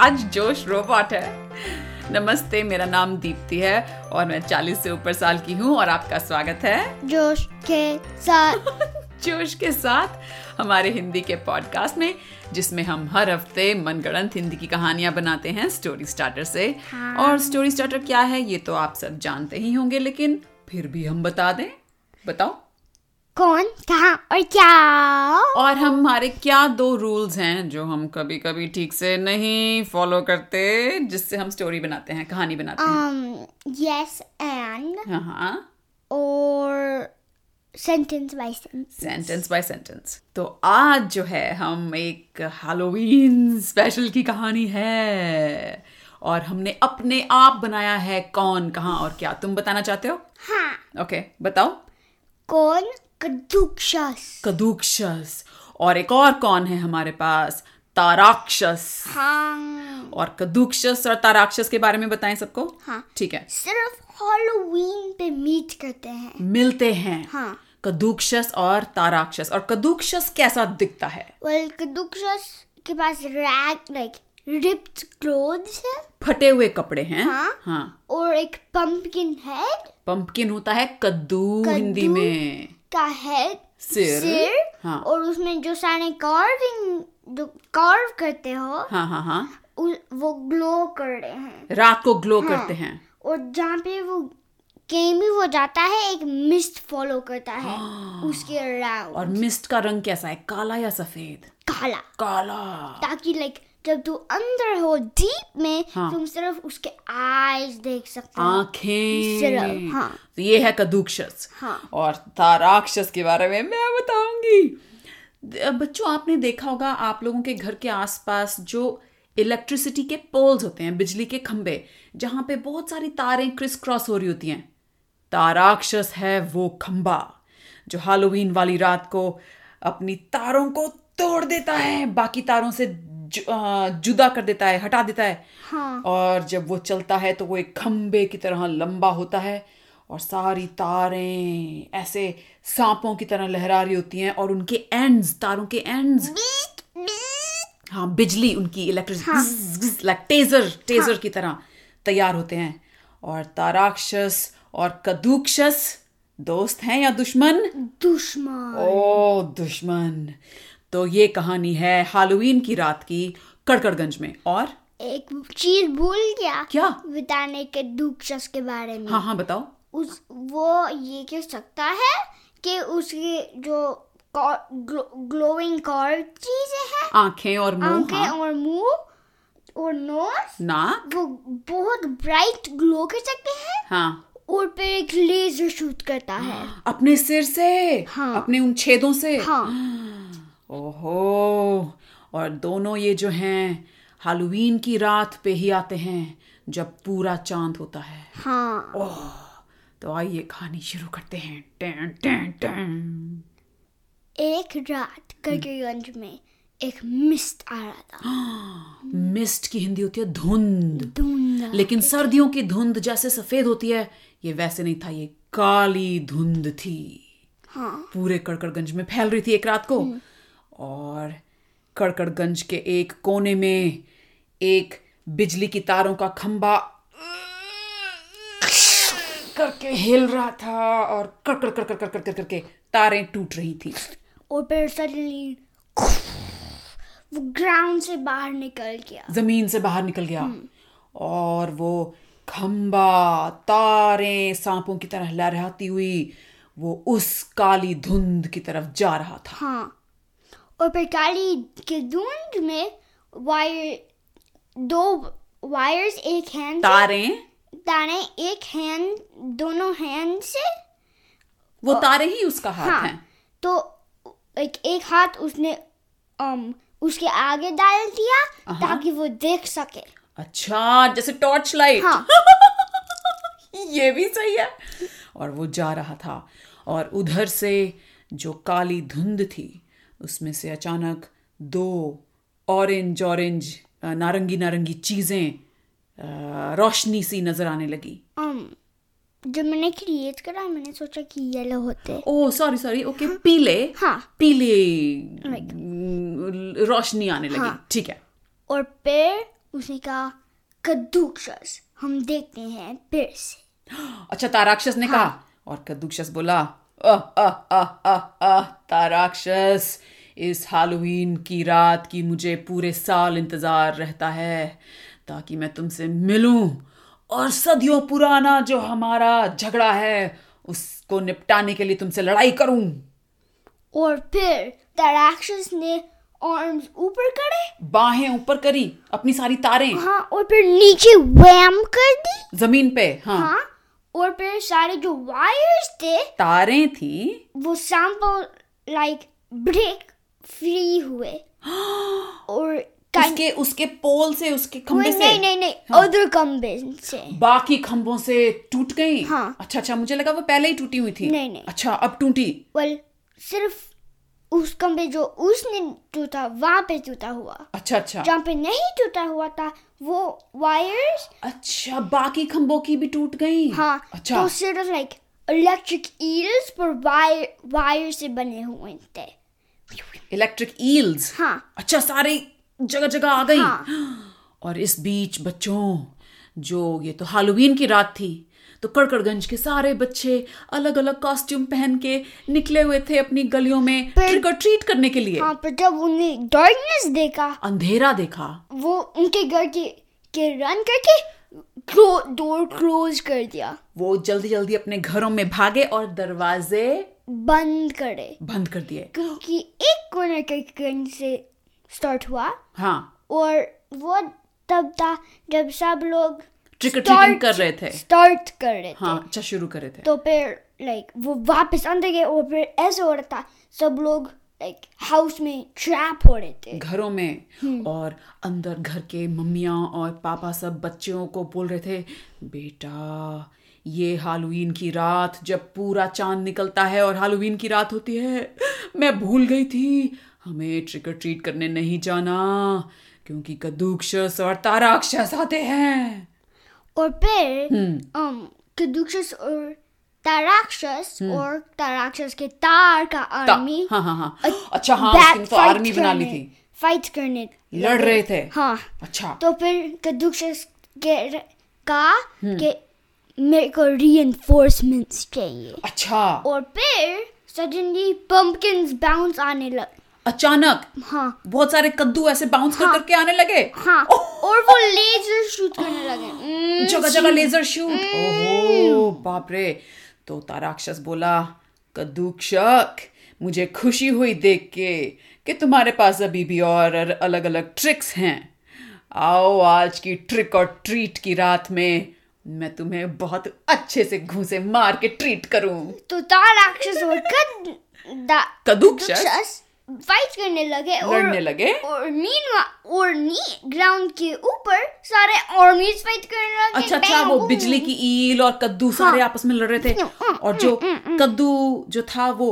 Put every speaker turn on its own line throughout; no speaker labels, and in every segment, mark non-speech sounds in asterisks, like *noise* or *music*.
आज जोश रोबोट है नमस्ते मेरा नाम दीप्ति है और मैं 40 से ऊपर साल की हूँ और आपका स्वागत है
जोश के साथ
जोश के साथ हमारे हिंदी के पॉडकास्ट में जिसमें हम हर हफ्ते मनगढ़ंत हिंदी की कहानियां बनाते हैं स्टोरी स्टार्टर से
हाँ।
और स्टोरी स्टार्टर क्या है ये तो आप सब जानते ही होंगे लेकिन फिर भी हम बता दें बताओ
कौन कहाँ और क्या
और हमारे क्या दो रूल्स हैं जो हम कभी कभी ठीक से नहीं फॉलो करते जिससे हम स्टोरी बनाते हैं कहानी बनाते हैं
um yes and
हाँ हाँ
or sentence by sentence
sentence by sentence तो आज जो है हम एक हैलोवीन स्पेशल की कहानी है और हमने अपने आप बनाया है कौन कहाँ और क्या तुम बताना चाहते हो
हाँ
ओके बताओ
कौन कदुक्षस
कदुक्षस और एक और कौन है हमारे पास ताराक्षस
हाँ
और कदुक्षस और ताराक्षस के बारे में बताएं सबको
हाँ।
ठीक है
सिर्फ हॉलोवीन पे मीट करते हैं
मिलते हैं
हाँ
कदुक्षस और ताराक्षस और कदुक्षस कैसा दिखता है
वेल कदुक्षस के पास रैग लाइक रिप्ड क्लोथ्स है
फटे हुए कपड़े हैं
हाँ। और एक पंपकिन हेड
पंपकिन होता है कद्दू
कद्दू।
हिंदी में
का हेड
सिर। हाँ।
और उसमें जो सारे कार्विंग जो कार्व करते हो
हाँ हाँ हाँ
उ- वो ग्लो कर रहे हैं
रात को ग्लो करते हैं
और जहाँ पे वो कहीं भी वो जाता है एक मिस्ट फॉलो करता है उसके अराउंड
हाँ। और मिस्ट का रंग कैसा है काला या सफेद
काला
काला
ताकि लाइक जब तू अंदर हो डीप में
हाँ।
तुम सिर्फ उसके आईज देख सकते हो
आंखें
सिर्फ, हाँ।
तो ये है कदुक्षस
हाँ।
और ताराक्षस के बारे में मैं बताऊंगी द- बच्चों आपने देखा होगा आप लोगों के घर के आसपास जो इलेक्ट्रिसिटी के पोल्स होते हैं बिजली के खंबे जहां पे बहुत सारी तारें क्रिस क्रॉस हो रही होती हैं ताराक्षस है वो खंबा जो हालोवीन वाली रात को अपनी तारों को तोड़ देता है बाकी तारों से जु, अ, जुदा कर देता है हटा देता है
हाँ।
और जब वो चलता है तो वो एक खंबे की तरह लंबा होता है और सारी तारें ऐसे सांपों की तरह लहरा रही होती हैं और उनके एंड्स तारों के एंड्स
बीट बीट
हाँ बिजली उनकी
हाँ।
इलेक्ट्रिसिटी लाइक टेजर टेजर की तरह तैयार होते हैं और ताराक्षस और कदुक्षस दोस्त हैं या दुश्मन
दुश्मन
ओ दुश्मन तो ये कहानी है हालोवीन की रात की कड़कड़गंज में और
एक चीज भूल गया
क्या
बताने के दुक्षस के बारे में
हाँ हाँ बताओ
उस वो ये कह सकता है कि उसके जो ग्लोइंग कॉर्ड चीजें हैं
आंखें और मुंह
आंखें
हाँ,
और मुंह और नोज
नाक
वो बहुत ब्राइट ग्लो कर सकते हैं
हाँ
और फिर एक लेजर शूट करता है
अपने सिर से
हाँ।
अपने उन छेदों से
हाँ
ओहो और दोनों ये जो हैं हालोवीन की रात पे ही आते हैं जब पूरा चांद होता है
हाँ
ओह तो आइए कहानी शुरू करते हैं टैं, टैं, टैं।
एक रात करकेगंज में एक मिस्ट आ रहा था
मिस्ट की हिंदी होती है धुंध
धुंधला
लेकिन सर्दियों की धुंध जैसे सफेद होती है ये वैसे नहीं था ये काली धुंध थी
हाँ
पूरे कड़कड़गंज में फैल रही थी एक रात को और कड़कड़गंज के एक कोने में एक बिजली की तारों का खंबा करके हिल रहा था और कड़कड़ कड़कड़ कड़कड़ कर करके तारें टूट रही थी
और फिर सडनली वो ग्राउंड से बाहर निकल गया
जमीन से बाहर निकल गया और वो खंबा तारें सांपों की तरह लहराती हुई वो उस काली धुंध की तरफ जा रहा था
हाँ और फिर काली के धुंध में वायर दो वायर्स एक हैंड
तारें
तारे एक हैंड दोनों हैंड से
वो तारे ही उसका हाथ
हाँ
है
तो एक एक हाथ उसने अम, उसके आगे डाल दिया ताकि वो देख सके
अच्छा जैसे टॉर्च लाइट
हाँ
ये भी सही है और वो जा रहा था और उधर से जो काली धुंध थी उसमें से अचानक दो ऑरेंज ऑरेंज नारंगी नारंगी चीजें अ, रोशनी सी नजर आने लगी
अम, जब मैंने क्रिएट करा मैंने सोचा कि येलो होते
ओ सॉरी सॉरी ओके पीले
हाँ हाँ।
पीले रोशनी आने लगी ठीक है
और फिर उसने कहा कद्दूकस हम देखते हैं फिर से
अच्छा ताराक्षस ने कहा और कद्दूक्षस बोला अ अ अ अ अ ताराक्षस इस हालोवीन की रात की मुझे पूरे साल इंतजार रहता है ताकि मैं तुमसे मिलूं और सदियों पुराना जो हमारा झगड़ा है उसको निपटाने के लिए तुमसे लड़ाई करूं
और फिर तराक्षस ने आर्म्स ऊपर करे
बाहें ऊपर करी अपनी सारी तारें
हाँ और फिर नीचे वैम कर दी
जमीन पे हाँ,
हाँ और फिर सारे जो वायर्स थे
तारें थी
वो सैंपल लाइक ब्रेक फ्री हुए और कं-
उसके उसके पोल से उसके खंभे
नहीं
से
नहीं नहीं नहीं अदर कम्बे से
बाकी खंभों से टूट गई
हाँ।
अच्छा अच्छा मुझे लगा वो पहले ही टूटी हुई थी
नहीं, नहीं।
अच्छा अब टूटी
वेल सिर्फ उस कम्बे जो उसने टूटा वहां पे टूटा हुआ
अच्छा अच्छा
जहाँ पे नहीं टूटा हुआ था वो वायर्स
अच्छा बाकी खंभों की भी टूट गई
हाँ
अच्छा
तो सिर्फ लाइक इलेक्ट्रिक ईल्स पर वायर वायर से बने हुए थे
इलेक्ट्रिक ईल्स
हाँ
अच्छा सारे जगह जगह आ गई
हाँ।
और इस बीच बच्चों जो ये तो हालोवीन की रात थी तो कड़कड़गंज के सारे बच्चे अलग अलग कॉस्ट्यूम पहन के निकले हुए थे अपनी गलियों में
पर-
ट्रिक और ट्रीट करने के लिए
हाँ पर जब उन्हें डार्कनेस देखा
अंधेरा देखा
वो उनके घर के के रन करके क्लो, डोर क्लोज कर दिया
वो जल्दी जल्दी अपने घरों में भागे और दरवाजे
बंद करे
बंद कर दिए
क्योंकि एक कोने के गन से स्टार्ट हुआ
हाँ
और वो तब था जब सब लोग
ट्रिक और ट्रीटिंग कर रहे थे
स्टार्ट कर रहे थे
हाँ अच्छा शुरू कर रहे थे
तो फिर लाइक वो वापस अंदर गए और फिर ऐसे हो रहा था सब लोग लाइक हाउस में ट्रैप हो रहे थे
घरों में और अंदर घर के मम्मियाँ और पापा सब बच्चों को बोल रहे थे बेटा ये हालोवीन की रात जब पूरा चांद निकलता है और हालोवीन की रात होती है मैं भूल गई थी हमें ट्रिक और ट्रीट करने नहीं जाना क्योंकि कदूक्षस और ताराक्षस आते हैं
और फिर
हम्म।
um कदुक्षस और ताराक्षस और ताराक्षस के तार का
हम्म। ता-
आर्मी
हाँ हाँ हाँ अच्छा हाँ उस दिन तो आर्मी बना ली थी
फाइट करने
लड़ रहे थे
हाँ
अच्छा
तो फिर कदुक्षस के र- का
हम्म।
के मेरे को reinforcements चाहिए
अच्छा
और फिर सडनली पंपकिंस बाउंस आने लग
अचानक
हाँ
बहुत सारे कद्दू ऐसे बाउंस कर करके आने लगे *laughs*
हाँ और वो लेजर शूट करने लगे Mm,
जगह जगह लेजर शूट
हम्म।
ओहो बाप रे तो ताराक्षस बोला कदूक्षक मुझे खुशी हुई देख के कि तुम्हारे पास अभी भी और अलग अलग ट्रिक्स हैं आओ आज की ट्रिक और ट्रीट की रात में मैं तुम्हें बहुत अच्छे से घूसे मार के ट्रीट करूं
तो तार राक्षस और कद
कदुक्षस
फाइट करने लगे
लड़ने
और
लगे
और मीन और नी ग्राउंड के ऊपर सारे आर्मीज फाइट करने लगे
अच्छा अच्छा
Bang,
वो
boom.
बिजली की ईल और कद्दू सारे आपस में लड़ रहे थे और जो कद्दू जो था वो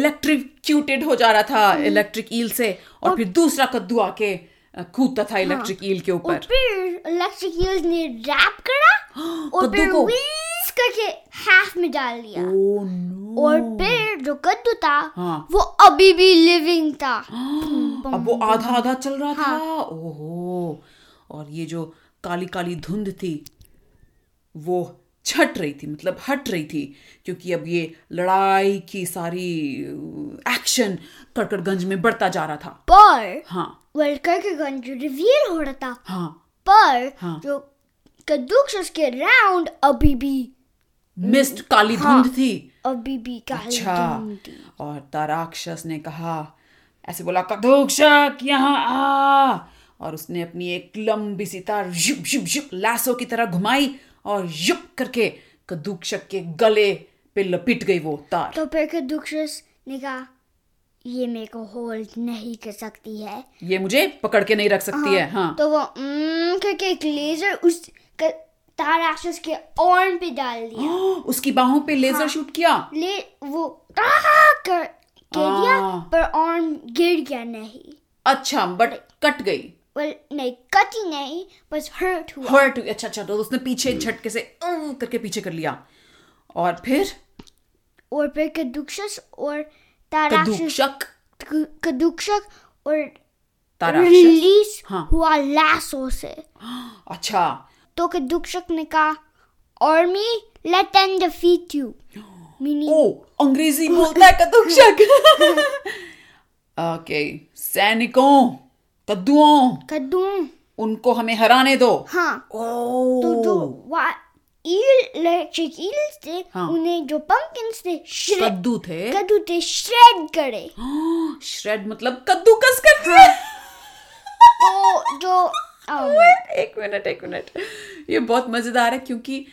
इलेक्ट्रिक्यूटेड हो जा रहा था इलेक्ट्रिक ईल से और फिर दूसरा कद्दू आके अ, कूदता था इलेक्ट्रिक ईल के
और
ऊपर
फिर इलेक्ट्रिक हील्स ने रैप
*gasps*
करा और
कद्दू
फिर
को।
विंस करके हाफ में डाल दिया
ओ नो
और फिर जो कद्दू था
हाँ।
वो अभी भी लिविंग
*gasps*
था
अब वो आधा आधा चल रहा था ओहो और ये जो काली काली धुंध थी वो छट रही थी मतलब हट रही थी क्योंकि अब ये लड़ाई की सारी एक्शन कड़कड़गंज में बढ़ता जा रहा था
पर
हाँ
वेलकर के गन जो रिवील हो रहा था
हाँ
पर
हाँ।
जो कद्दूकस के राउंड अभी भी
मिस्ट काली धुंध थी
अभी भी काली
हाँ। अच्छा
धुंध थी।
और ताराक्षस ने कहा ऐसे बोला कदोक्षक यहाँ आ और उसने अपनी एक लंबी सी तार झुप झुप झुप लासो की तरह घुमाई और झुप करके कदूक्षक के गले पे लपट गई वो तार
तो फिर कद्दूकस ने कहा ये मेरे को होल्ड नहीं कर सकती है
ये मुझे पकड़ के नहीं रख सकती है हाँ
तो वो "Mm" करके एक लेजर उस क- ताराक्षस के ऑर्म पे डाल दिया
हाँ। उसकी बाहों पे लेजर शूट किया
ले वो "Ah!" कर के दिया
हाँ।
पर ऑर्म गिर गया नहीं
अच्छा बट कट गई
वेल नहीं कटी नहीं बस हर्ट हुआ
हर्ट हुई अच्छा अच्छा तो उसने पीछे झटके से "अं" करके पीछे कर लिया और फिर
और फिर कदुक्षस और ताराक्षस
कदूक्षक
कदुक्षक और *laughs*
तारा राक्षस
रिलीज
हाँ।
हुआ लासो से
अच्छा
तो कि दुक्षक ने कहा army let and defeat you meaning
ओ अंग्रेजी बोलता है *laughs* कदुक्षक ओके सैनिकों कद्दुओं
कद्दू
उनको हमें हराने दो
हाँ तो जो
ओ
वा ईल इलेक्ट्रिक ईल थे
हाँ।
उन्हें जो पंकिंस थे श्रे-
कद्दू थे
कद्दू थे श्रेड करे
*gasps* श्रेड मतलब कद्दूकस कर दिया
तो जो um,
*laughs* एक मिनट एक मिनट ये बहुत मज़ेदार है क्योंकि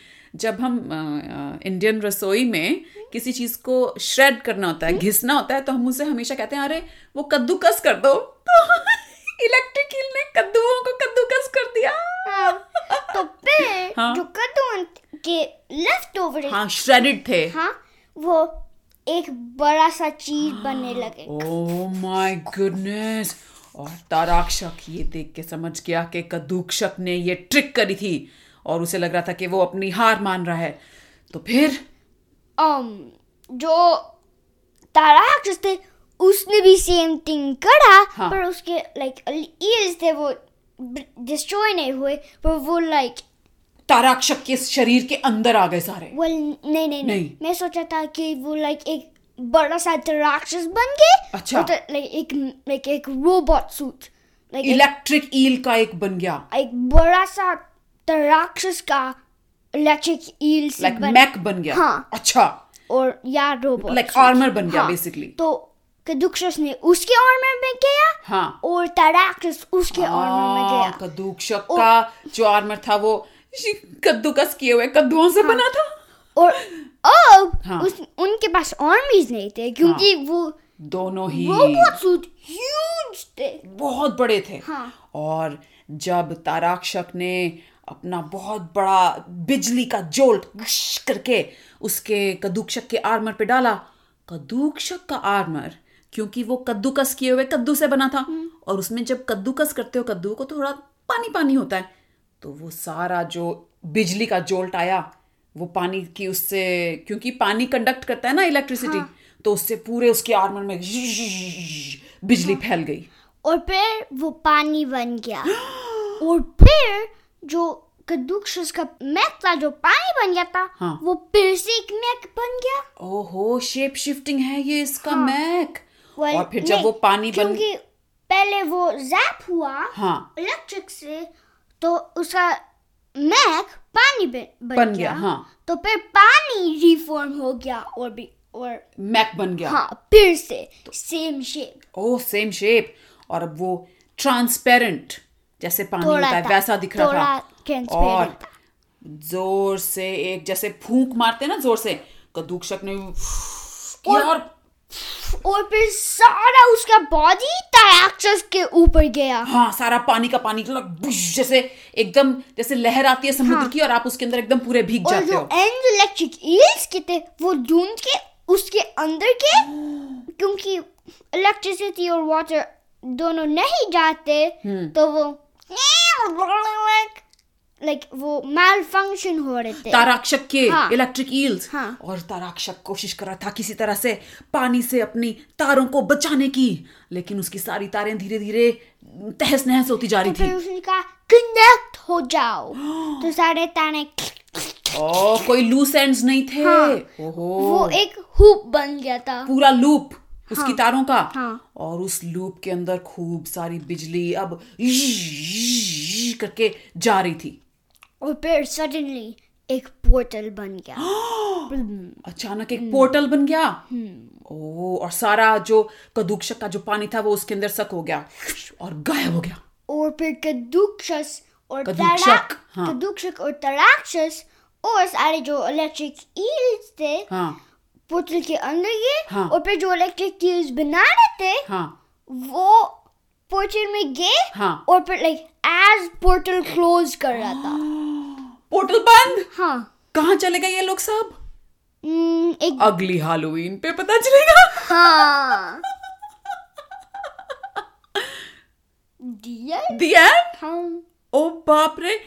जब हम अ, अ, इंडियन रसोई में किसी चीज़ को श्रेड करना होता है घिसना होता है तो हम उसे हमेशा कहते हैं अरे वो कद्दूकस कर दो *laughs* तो इलेक्ट्रिक ईल ने कद्दूओं को कद्दूकस कर दिया
हाँ, तो फिर
हाँ।
जो कद्दू के लेफ्ट ओवर
हाँ श्रेडेड थे
हाँ वो एक बड़ा सा चीज बनने लगे
Oh. ओह माय गुडनेस और ताराक्षक ये देख के समझ गया कि कदूक्षक ने ये ट्रिक करी थी और उसे लग रहा था कि वो अपनी हार मान रहा है तो फिर
um, जो ताराक्षस थे उसने भी सेम थिंग करा
हाँ।
पर उसके लाइक ईयर्स थे वो डिस्ट्रॉय नहीं हुए पर वो लाइक
ताराक्षक के शरीर के अंदर आ गए सारे
वेल नहीं नहीं नहीं
नहीं।
मैं सोचा था कि वो लाइक एक बड़ा सा राक्षस बन गए
अच्छा।
लाइक एक लाइक एक robot suit like
electric eel का एक बन गया
एक बड़ा सा राक्षस का इलेक्ट्रिक ईल से
लाइक
बन-
मैक बन गया
हाँ।
अच्छा
और या रोबोट
Like
suit।
armor बन गया basically।
तो कदुक्षस ने उसके आर्मर में गया
हाँ।
और तराक्षस उसके आर्मर में
आ,
गया
कदूक्षक का जो आर्मर था वो कद्दूकस किए हुए कद्दुओं
हाँ।
से बना था
और अब
हाँ।
उस उनके पास आर्मीज नहीं थे क्योंकि वो
दोनों ही
रोबोट सूट ह्यूज थे
बहुत बड़े थे
हाँ।
और जब ताराक्षक ने अपना बहुत बड़ा बिजली का जोल्ट गुश करके उसके कदूक्षक के आर्मर पे डाला कदूक्षक का आर्मर क्योंकि वो कद्दूकस किए हुए कद्दू से बना था और उसमें जब कद्दूकस करते हो कद्दू को थोड़ा पानी पानी होता है तो वो सारा जो बिजली का जोल्ट आया वो पानी की उससे क्योंकि पानी कंडक्ट करता है ना इलेक्ट्रिसिटी तो उससे पूरे उसके आर्मर में बिजली फैल गई
और फिर वो पानी बन
*gasps*
गया और फिर जो कदुक्षस का मैक था जो पानी बन गया था
हाँ।
वो फिर से एक मैक बन गया
ओहो शेप शिफ्टिंग है ये इसका मैक
हाँ। Well,
और फिर जब
नहीं,
वो पानी बन
क्योंकि पहले वो जैप हुआ
हाँ
इलेक्ट्रिक से तो उसका मैक पानी बन, बन,
बन गया, हाँ।
तो फिर पानी रिफॉर्म हो गया और भी और
मैक बन गया
हाँ फिर से same shape
oh same shape और अब वो ट्रांसपेरेंट जैसे पानी
थोड़ा
होता है
था,
वैसा दिख रहा
थोड़ा
था
transparent
और
था।
जोर से एक जैसे फूंक मारते हैं ना जोर से कदूक्षक ने किया और
और फिर सारा उसका बॉडी तराक्षस के ऊपर गया
हाँ सारा पानी का पानी लग- बुश जैसे एकदम जैसे लहर आती है समुद्र की और आप उसके अंदर एकदम पूरे भीग
हाँ। और
जाते
जो
हो
एंड इलेक्ट्रिक ईल्स के थे वो ढूंढ के उसके अंदर के क्योंकि इलेक्ट्रिसिटी और वाटर दोनों नहीं जाते
हम्म।
तो वो लाइक वो मैल फंक्शन हो रहे थे
ताराक्षक के
हाँ।
इलेक्ट्रिक ईल्स
हाँ।
और ताराक्षक कोशिश कर रहा था किसी तरह से पानी से अपनी तारों को बचाने की लेकिन उसकी सारी तारें धीरे धीरे तहस नहस होती जा रही
तो फिर
थी
उसने कहा कनेक्ट हो
*gasps*
जाओ तो सारे ताने
ओ कोई लूस एंड्स नहीं थे
हाँ।
ओहो
वो एक हुप बन गया था
पूरा लूप उसकी तारों का
हाँ।
और उस लूप के अंदर खूब सारी बिजली अब करके जा रही थी
और फिर सडनली एक पोर्टल बन गया
*gasps*
Hmm.
अचानक एक
हम्म।
पोर्टल बन गया ओ और सारा जो कदूक्षक का जो पानी था वो उसके अंदर सक हो गया और गायब हो गया
और फिर कदुक्षस और
कदुक्षक,
तराक
हाँ।
कदुक्षक और तराक्षस और सारे जो इलेक्ट्रिक ईल्स थे
हाँ
पोर्टल के अंदर गए
हाँ।
और फिर जो इलेक्ट्रिक ईल्स बना रहे थे
हाँ
वो पोर्टल में गए
हाँ।
और फिर लाइक एज पोर्टल क्लोज कर रहा था
पोर्टल बंद
हाँ
कहाँ चले गए ये लोग सब
हम्म, एक
अगली हालोवीन पे पता चलेगा
हाँ डियर
दिया
हाँ
ओ बाप रे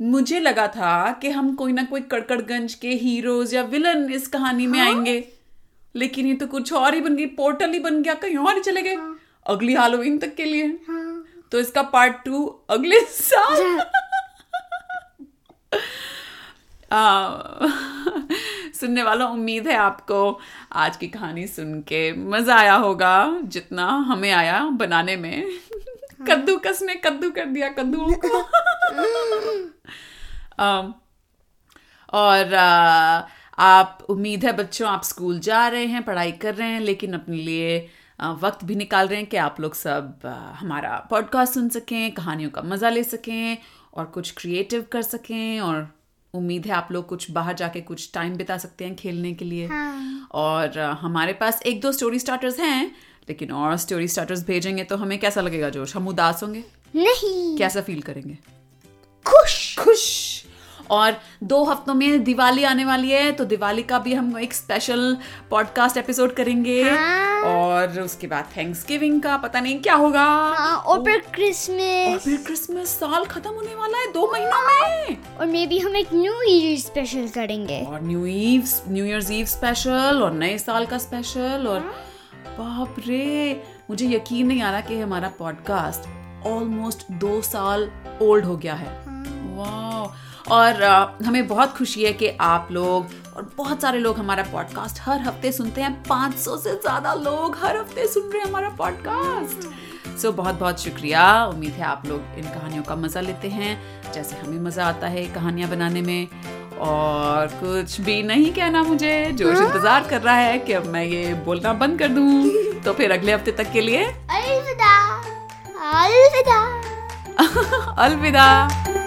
मुझे लगा था कि हम कोई ना कोई कड़कड़गंज के हीरोज या विलन इस कहानी में आएंगे लेकिन हाँ। ये तो कुछ और ही बन गई पोर्टल ही बन गया कहीं और ही चले गए अगली हालोवीन तक के लिए
हाँ
तो इसका पार्ट टू अगले साल आ, *laughs* सुनने वालों उम्मीद है आपको आज की कहानी सुन के मज़ा आया होगा जितना हमें आया बनाने में *laughs* कद्दूकस ने कद्दू कर दिया कद्दूओं को अम, Um, और आ, आप उम्मीद है बच्चों आप स्कूल जा रहे हैं पढ़ाई कर रहे हैं लेकिन अपने लिए आ, वक्त भी निकाल रहे हैं कि आप लोग सब आ, हमारा पॉडकास्ट सुन सकें कहानियों का मज़ा ले सकें और कुछ क्रिएटिव कर सकें और उम्मीद है आप लोग कुछ बाहर जाके कुछ टाइम बिता सकते हैं खेलने के लिए और आ, हमारे पास एक दो स्टोरी स्टार्टर्स हैं लेकिन और स्टोरी स्टार्टर्स भेजेंगे तो हमें कैसा लगेगा जोश हम उदास होंगे
नहीं
कैसा फील करेंगे
खुश
खुश और दो हफ्तों में दिवाली आने वाली है तो दिवाली का भी हम एक स्पेशल पॉडकास्ट एपिसोड करेंगे
हाँ।
और उसके बाद थैंक्स गिविंग का पता नहीं क्या होगा
हाँ, और फिर
और
क्रिसमस
फिर क्रिसमस साल खत्म होने वाला है दो महीनों में
और मे बी हम एक न्यू ईयर स्पेशल करेंगे
और new eve new year's eve special और नए साल का स्पेशल और बाप रे मुझे यकीन नहीं आ रहा कि हमारा पॉडकास्ट ऑलमोस्ट दो साल ओल्ड हो गया है वाह और अ, हमें बहुत खुशी है कि आप लोग और बहुत सारे लोग हमारा पॉडकास्ट हर हफ्ते सुनते हैं 500 से ज़्यादा लोग हर हफ्ते सुन रहे हैं हमारा पॉडकास्ट सो बहुत बहुत शुक्रिया उम्मीद है आप लोग इन कहानियों का मज़ा लेते हैं जैसे हमें मज़ा आता है कहानियाँ बनाने में और कुछ भी नहीं कहना मुझे जोश इंतज़ार कर रहा है कि अब मैं ये बोलना बंद कर दूं तो फिर अगले हफ्ते तक के लिए
अलविदा अलविदा
अलविदा